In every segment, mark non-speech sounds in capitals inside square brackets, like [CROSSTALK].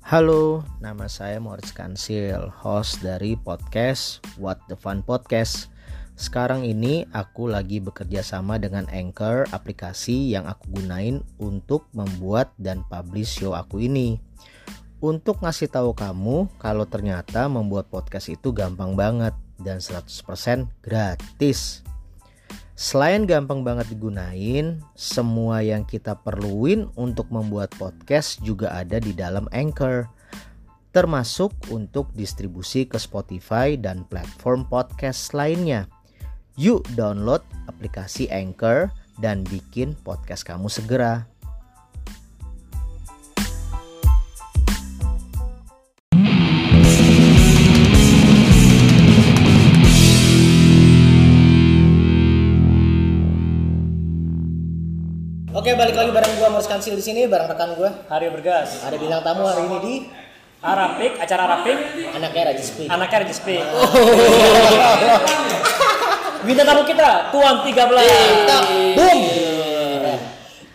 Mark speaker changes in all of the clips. Speaker 1: Halo, nama saya Moritz Kansil, host dari podcast What the Fun Podcast. Sekarang ini aku lagi bekerja sama dengan Anchor, aplikasi yang aku gunain untuk membuat dan publish show aku ini. Untuk ngasih tahu kamu kalau ternyata membuat podcast itu gampang banget dan 100% gratis. Selain gampang banget digunain, semua yang kita perluin untuk membuat podcast juga ada di dalam Anchor. Termasuk untuk distribusi ke Spotify dan platform podcast lainnya. Yuk download aplikasi Anchor dan bikin podcast kamu segera. Oke, balik lagi bareng gua Morris Kansil di sini bareng rekan gua.
Speaker 2: Hari Bergas.
Speaker 1: Ada bintang tamu hari ini di
Speaker 2: Arapik, acara Arapik,
Speaker 1: anaknya Rajin Speak.
Speaker 2: anaknya Regis P.
Speaker 1: Oh.
Speaker 2: Bintang tamu kita, Tuan 13.
Speaker 1: Kita boom. Eh,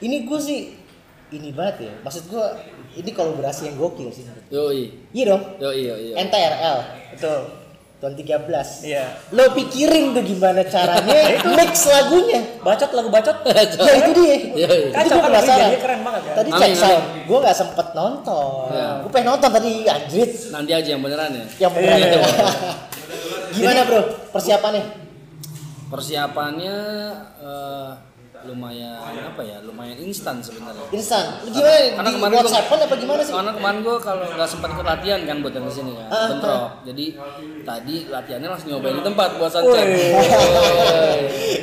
Speaker 1: Ini gue sih ini banget ya. Maksud gue ini kolaborasi yang gokil sih.
Speaker 3: Yoi,
Speaker 1: Iya dong.
Speaker 3: yoi, yoi. yoi.
Speaker 1: NTRL
Speaker 2: Betul.
Speaker 1: tahun 13.
Speaker 2: Iya.
Speaker 1: Lo pikirin tuh gimana
Speaker 3: [LAUGHS]
Speaker 1: caranya mix lagunya.
Speaker 2: Bacot lagu bacot.
Speaker 1: Ya [LAUGHS] itu dia.
Speaker 3: Yoi.
Speaker 1: Itu
Speaker 2: Kacau
Speaker 1: gue
Speaker 2: kan
Speaker 1: penasaran.
Speaker 2: videonya keren banget kan.
Speaker 1: Tadi
Speaker 3: iya, Amin,
Speaker 1: cek
Speaker 3: amin.
Speaker 1: sound, gue nggak sempet nonton.
Speaker 3: Iya.
Speaker 1: Gue pengen nonton tadi anjrit.
Speaker 3: Nanti aja yang beneran ya.
Speaker 1: Yang beneran.
Speaker 2: Iya.
Speaker 1: [LAUGHS] Gimana bro persiapannya?
Speaker 3: Persiapannya eh, lumayan apa ya? Lumayan instan sebenarnya.
Speaker 1: Instan. Lu Ya, Gimana?
Speaker 3: Karena
Speaker 1: Di
Speaker 3: kemarin gua-
Speaker 1: WhatsApp-an apa gimana sih?
Speaker 3: Karena kemarin gue kalau nggak sempat ikut latihan kan buat yang kesini kan,
Speaker 1: Ah,
Speaker 3: bentrok. Jadi tadi latihannya langsung nyobain di tempat buat suncheck.
Speaker 2: Wih.
Speaker 3: Woi.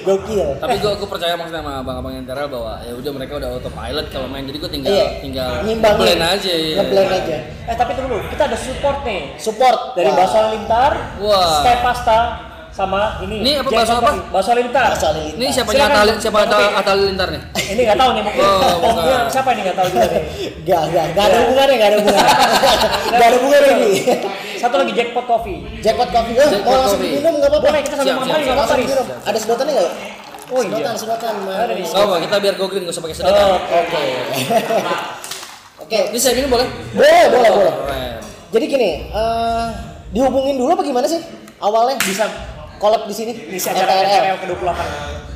Speaker 1: Gokil.
Speaker 3: Tapi gue gue percaya maksudnya sama abang-abang yang terel bahwa ya udah mereka udah autopilot kalau main. Jadi gue tinggal
Speaker 1: Iya.
Speaker 3: tinggal
Speaker 1: Nyimbangin.
Speaker 3: ngeblend aja. iya.
Speaker 1: Ngeblend aja.
Speaker 2: Eh tapi tunggu dulu, kita ada support nih.
Speaker 1: Support
Speaker 2: Dari
Speaker 1: Wah.
Speaker 2: Basol Lintar,
Speaker 3: Wah.
Speaker 2: Step Pasta, sama ini.
Speaker 3: Ini apa,
Speaker 2: Jack
Speaker 3: Basol apa?
Speaker 2: Company. Basol Lintar.
Speaker 1: Masa Lintar.
Speaker 3: Ini siapanya
Speaker 2: Silakan,
Speaker 3: Atali, siapa
Speaker 2: Bang Opi.
Speaker 3: Atali Lintar nih?
Speaker 2: Ini nggak tahu nih [LAUGHS] mungkin.
Speaker 3: Oh, bukan.
Speaker 2: Iya, siapa ini nggak tahu juga nih.
Speaker 1: Gak, gak, gak ada hubungannya, gak ada hubungannya Gak ada hubungannya ini
Speaker 2: Satu lagi Jackpot Coffee.
Speaker 1: Jackpot coffee, eh,
Speaker 3: Jackpot
Speaker 1: mau langsung
Speaker 3: coffee.
Speaker 1: diminum gak apa-apa
Speaker 2: Boleh kita sambil
Speaker 3: Siap,
Speaker 2: makan
Speaker 3: siap,
Speaker 2: nggak apa-apa
Speaker 1: Langsung
Speaker 2: nih.
Speaker 1: diminum, ada sedotannya gak?
Speaker 2: Oh, iya.
Speaker 1: Sedotan, sedotan Mas.
Speaker 2: Ada di-
Speaker 3: Oh, kita biar go green, gak usah pakai sedotan.
Speaker 2: Oh,
Speaker 3: Oke.
Speaker 1: Oke,
Speaker 3: Ini saya minum boleh?
Speaker 1: boleh, boleh,
Speaker 3: Oh,
Speaker 1: boleh
Speaker 3: keren.
Speaker 1: Jadi gini, eh, dihubungin dulu apa gimana sih awalnya?
Speaker 2: Bisa.
Speaker 1: Collab di sini,
Speaker 2: Ini acara
Speaker 1: [LAUGHS]
Speaker 2: acara yang ke-28.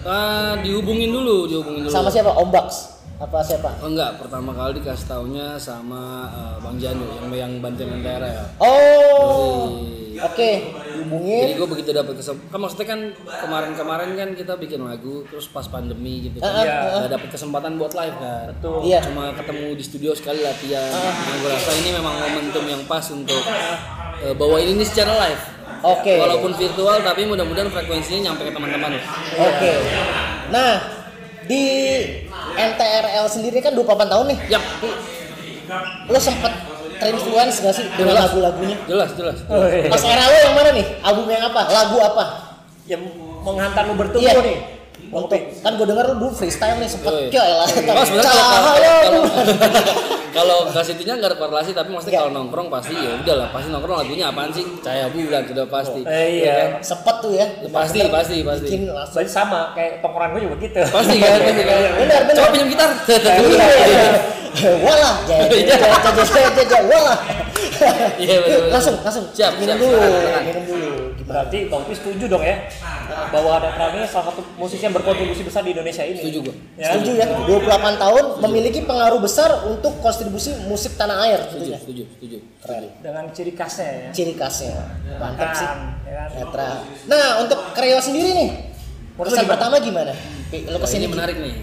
Speaker 3: Ah, dihubungin dulu, dihubungin dulu.
Speaker 1: Sama siapa? Ombaks? Apa siapa?
Speaker 3: Oh, enggak, pertama kali dikasih taunya sama eh, Bang Janu yang yang bantuin Lentera ya.
Speaker 1: Oh, oke,
Speaker 3: Jadi
Speaker 1: dihubungin
Speaker 3: gue begitu dapet kesempatan, kan maksudnya kan kemarin-kemarin kan kita bikin lagu, terus pas pandemi gitu kan,
Speaker 1: Iya.
Speaker 3: nggak dapet kesempatan buat live kan.
Speaker 2: Betul.
Speaker 1: Iya.
Speaker 3: Cuma ketemu di studio sekali latihan. Nah, gue rasa ini memang momentum yang pas untuk eh, bawain ini secara live.
Speaker 1: Oke.
Speaker 3: Walaupun virtual, tapi mudah-mudahan frekuensinya nyampe ke teman-teman.
Speaker 1: Oke. Nah, di NTRL sendiri kan 28 tahun nih.
Speaker 3: Yap,
Speaker 1: Lo sempet terinfluence gak sih dengan
Speaker 3: Jelas.
Speaker 1: lagu-lagunya?
Speaker 3: jelas, jelas.
Speaker 2: Oh, iya.
Speaker 1: Mas era lo yang mana nih? Album yang apa? Lagu apa?
Speaker 2: yang menghantar lu
Speaker 3: Iya.
Speaker 2: bertumbuh nih.
Speaker 1: Untuk, kan gue denger lu dulu freestyle nih sempet
Speaker 3: Yoi.
Speaker 1: kyo lah.
Speaker 3: Oh, sebenarnya kalau-
Speaker 1: Cahaya
Speaker 3: kalau
Speaker 1: lu.
Speaker 3: kalau kasitunya nggak ada korelasi tapi maksudnya
Speaker 1: Nggak.
Speaker 3: kalau nongkrong pasti ya udahlah pasti nongkrong lagunya apaan sih cahaya bulan sudah pasti
Speaker 2: Eh, iya.
Speaker 3: Ya kan?
Speaker 1: Sempet tuh ya.
Speaker 3: Ya, pasti pasti pasti
Speaker 1: Bikin
Speaker 3: [LAUGHS]
Speaker 1: langsung.
Speaker 2: Soalnya sama kayak tongkrongan gue juga gitu.
Speaker 3: pasti kan pasti kan
Speaker 1: Benar, benar.
Speaker 3: coba pinjam gitar
Speaker 1: Iya. Walah,
Speaker 3: [LAUGHS] Iya.
Speaker 1: jajan, jajan, jajan, walah.
Speaker 3: Iya, betul, betul.
Speaker 1: Langsung, langsung.
Speaker 3: Siap,
Speaker 1: minum
Speaker 3: siap,
Speaker 1: dulu,
Speaker 3: silakan.
Speaker 1: minum dulu. Gimana?
Speaker 2: Berarti Tompi setuju dong ya bahwa ada Prami salah satu musisi yang berkontribusi besar di Indonesia ini.
Speaker 3: Setuju gua.
Speaker 2: Ya.
Speaker 1: Setuju ya, 28 tahun memiliki pengaruh besar untuk kontribusi musik tanah air
Speaker 3: setuju
Speaker 1: tentunya.
Speaker 3: setuju setuju
Speaker 1: Keren.
Speaker 2: Dengan ciri khasnya ya.
Speaker 1: Ciri khasnya. Mantap sih.
Speaker 2: ya kan?
Speaker 1: Netral. Nah, untuk Kreo sendiri nih.
Speaker 2: Menurut lu
Speaker 1: Kesan
Speaker 2: gimana?
Speaker 1: pertama gimana? Pi, Lu
Speaker 3: Wah, Nah, ini
Speaker 1: kesini gini.
Speaker 3: menarik nih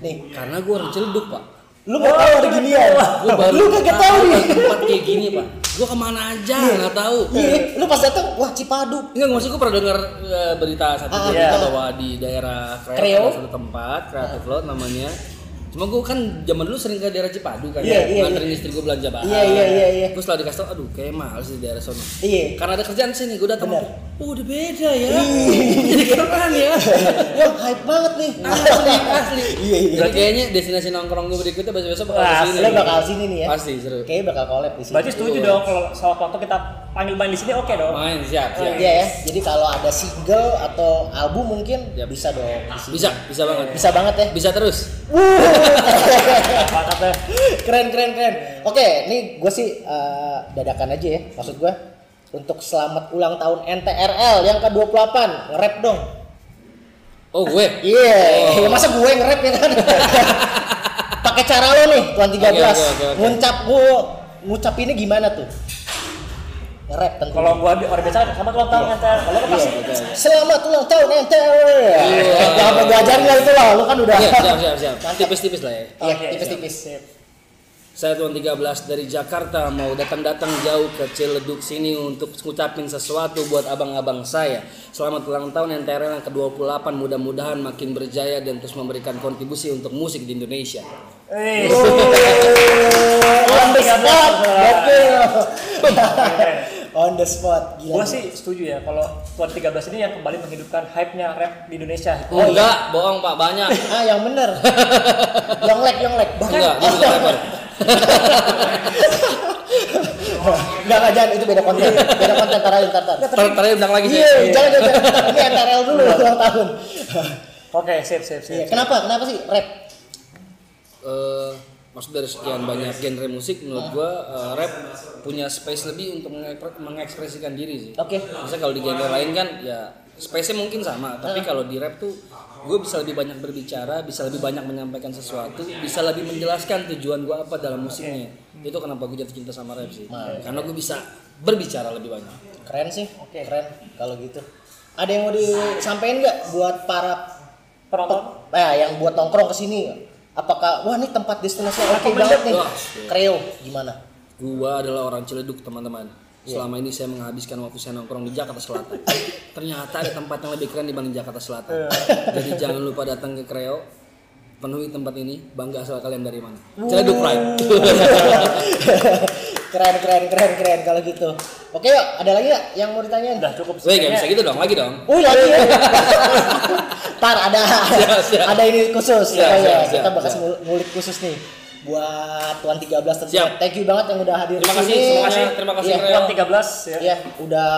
Speaker 1: Nih,
Speaker 3: karena gue orang celduk pak
Speaker 1: lu gak tahu ada ginian.
Speaker 3: gue baru
Speaker 1: Lu kagak tahu nih.
Speaker 3: tempat kayak gini pak gue kemana aja nggak tahu
Speaker 1: Iya, lu pas datang, wah Cipadu.
Speaker 3: Enggak, maksud gue pernah dengar eh, berita satu
Speaker 1: Ah,
Speaker 3: berita
Speaker 1: iya.
Speaker 3: bahwa di daerah
Speaker 1: Kreo.
Speaker 3: Kreo, ada satu tempat kreatif lot namanya. Cuma gue kan zaman dulu sering ke daerah Cipadu kan,
Speaker 1: Iya, iya,
Speaker 3: nganterin istri gue belanja bahan.
Speaker 1: Iya, iya, iya, iya.
Speaker 3: Gue setelah dikasih tau, aduh kayak mahal sih di daerah sono.
Speaker 1: Iya.
Speaker 3: Karena ada kerjaan sini, gue datang.
Speaker 1: Benar. Iya.
Speaker 3: Oh, udah beda ya. [LAUGHS] Jadi keren
Speaker 1: [LAUGHS]
Speaker 3: ya.
Speaker 1: Wah, hype banget nih. [LAUGHS]
Speaker 3: Asli, asli.
Speaker 1: Iya, iya.
Speaker 3: Jadi kayaknya destinasi nongkrong gue berikutnya besok-besok bakal
Speaker 2: Wah,
Speaker 3: ke sini.
Speaker 1: Lu bakal sini nih ya.
Speaker 3: Pasti seru.
Speaker 1: Kayaknya bakal collab di sini.
Speaker 2: Berarti setuju dong kalau salah waktu kita panggil main di sini oke dong.
Speaker 3: Main siap, siap.
Speaker 1: Iya ya. Jadi kalau ada single atau album mungkin ya
Speaker 3: Yap.
Speaker 1: bisa dong. di sini.
Speaker 3: Bisa, bisa banget.
Speaker 1: Bisa banget ya.
Speaker 3: Bisa terus.
Speaker 1: Wuh,
Speaker 2: Mantap deh.
Speaker 1: keren keren keren oke ini gue sih eh, dadakan aja ya maksud gue untuk selamat ulang tahun NTRL yang ke 28 nge-rap dong
Speaker 3: Oh gue.
Speaker 1: iya
Speaker 3: Oh.
Speaker 1: Ya, masa gue nge-rap ya
Speaker 3: [LAUGHS]
Speaker 1: kan pakai cara lo nih tuan 13
Speaker 3: Oke, oke, oke, oke.
Speaker 1: ngucap gue ngucapinnya gimana tuh nge-rap tentu
Speaker 2: Kalau gua di orang biasa sama tuan
Speaker 3: Iya.
Speaker 2: tahun NTR. Kalau gua pasti
Speaker 1: selamat ulang tahun NTRL
Speaker 3: Iya.
Speaker 1: Gak apa belajar nggak itu lah lu kan udah
Speaker 3: Iya, siap, siap, siap. Tipis-tipis lah ya.
Speaker 1: Iya,
Speaker 2: Oke,
Speaker 1: tipis-tipis
Speaker 3: Saya tuan 13 dari Jakarta mau datang-datang jauh ke Ciledug sini untuk ngucapin sesuatu buat abang-abang saya. Selamat ulang tahun NTRL yang ke-28 mudah-mudahan makin berjaya dan terus memberikan kontribusi untuk musik di Indonesia.
Speaker 2: Eh,
Speaker 1: on the
Speaker 2: 13
Speaker 1: spot oke
Speaker 2: Keren.
Speaker 1: [LAUGHS] on the spot gila
Speaker 2: Gua sih setuju ya kalau Tuan 13 ini yang kembali menghidupkan hype-nya rap di Indonesia.
Speaker 1: iya.
Speaker 3: Oh, enggak, bohong Pak, banyak.
Speaker 1: ah yang bener [LAUGHS] yang lag yang lag bahkan
Speaker 3: Enggak, dia bukan rapper.
Speaker 1: nggak nggak jangan itu beda konten beda konten taruh ntar ntar
Speaker 3: Ntar- ntar dia bilang lagi sih.
Speaker 1: iya jangan jangan jangan. ini NTRL dulu ulang tahun [LAUGHS]
Speaker 2: Oke, sip sip sip.
Speaker 1: Iya, kenapa kenapa sih rap
Speaker 3: eh maksud dari sekian banyak genre musik menurut gua eh, rap punya space lebih untuk mengekpre- mengekspresikan diri sih.
Speaker 1: Oke.
Speaker 3: Misalnya kalau di genre lain kan ya space-nya mungkin sama, tapi kalau di rap tuh gue bisa lebih banyak berbicara, bisa lebih banyak menyampaikan sesuatu, bisa lebih menjelaskan tujuan gua apa dalam musiknya. Itu kenapa gue jatuh cinta sama rap sih. Karena gue bisa berbicara lebih banyak.
Speaker 1: keren sih oke keren kalau gitu ada yang mau disampaikan nggak buat para
Speaker 2: Penonton
Speaker 1: Nah, yang buat nongkrong ke sini apakah wah ini tempat destinasi oke banget nih.
Speaker 3: Wah.
Speaker 1: Kreo gimana?
Speaker 3: Gua adalah orang Ciledug, teman-teman. Selama ini saya menghabiskan waktu saya nongkrong di Jakarta Selatan. Ternyata ada tempat yang lebih keren dibanding Jakarta Selatan. Jadi jangan lupa datang ke Kreo. Penuhi tempat ini, bangga asal kalian dari mana. Ciledug Pride. [LAUGHS]
Speaker 1: [LAUGHS] keren keren keren keren kalau gitu. Oke yuk, ada lagi nggak yang mau ditanyain?
Speaker 2: udah cukup
Speaker 3: Weh, gak bisa
Speaker 2: Kayaknya
Speaker 3: gitu dong, lagi dong.
Speaker 1: Wih lagi. ya. [LAUGHS] Ntar ada
Speaker 3: Iya, Siap, siap.
Speaker 1: ada ini khusus
Speaker 3: Siap,
Speaker 1: pokoknya.
Speaker 3: siap, siap,
Speaker 1: kita bakal
Speaker 3: siap.
Speaker 1: ngul- ngulik khusus nih buat tuan 13 tentu.
Speaker 3: Siap.
Speaker 1: Thank you banget yang udah hadir di
Speaker 3: Terima kasih,
Speaker 1: sini.
Speaker 3: terima kasih, terima kasih
Speaker 1: Iya.
Speaker 2: Tuan 13 ya.
Speaker 1: Iya, udah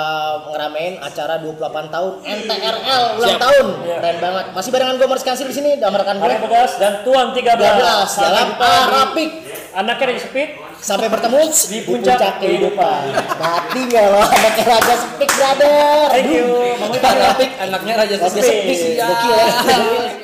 Speaker 1: ngeramein acara 28 tahun NTRL ulang
Speaker 3: Siap.
Speaker 1: tahun.
Speaker 2: Iya.
Speaker 1: Keren banget. Masih barengan gue Morris Kansir di sini, udah rekan gue.
Speaker 2: Arya Pegas dan Tuan 13
Speaker 1: 13
Speaker 2: Sampai
Speaker 1: dalam
Speaker 2: jumpa di-
Speaker 1: Arapik.
Speaker 2: Anaknya dari Speed
Speaker 1: Sampai bertemu
Speaker 2: Di puncak
Speaker 1: kehidupan. Mati nggak lo anak raja speak brother.
Speaker 2: Thank you.
Speaker 1: Aduh.
Speaker 2: Bang Widi.
Speaker 3: Rapik, anaknya Raja
Speaker 1: Raja
Speaker 3: Sepi.
Speaker 1: speak. Gokil ya.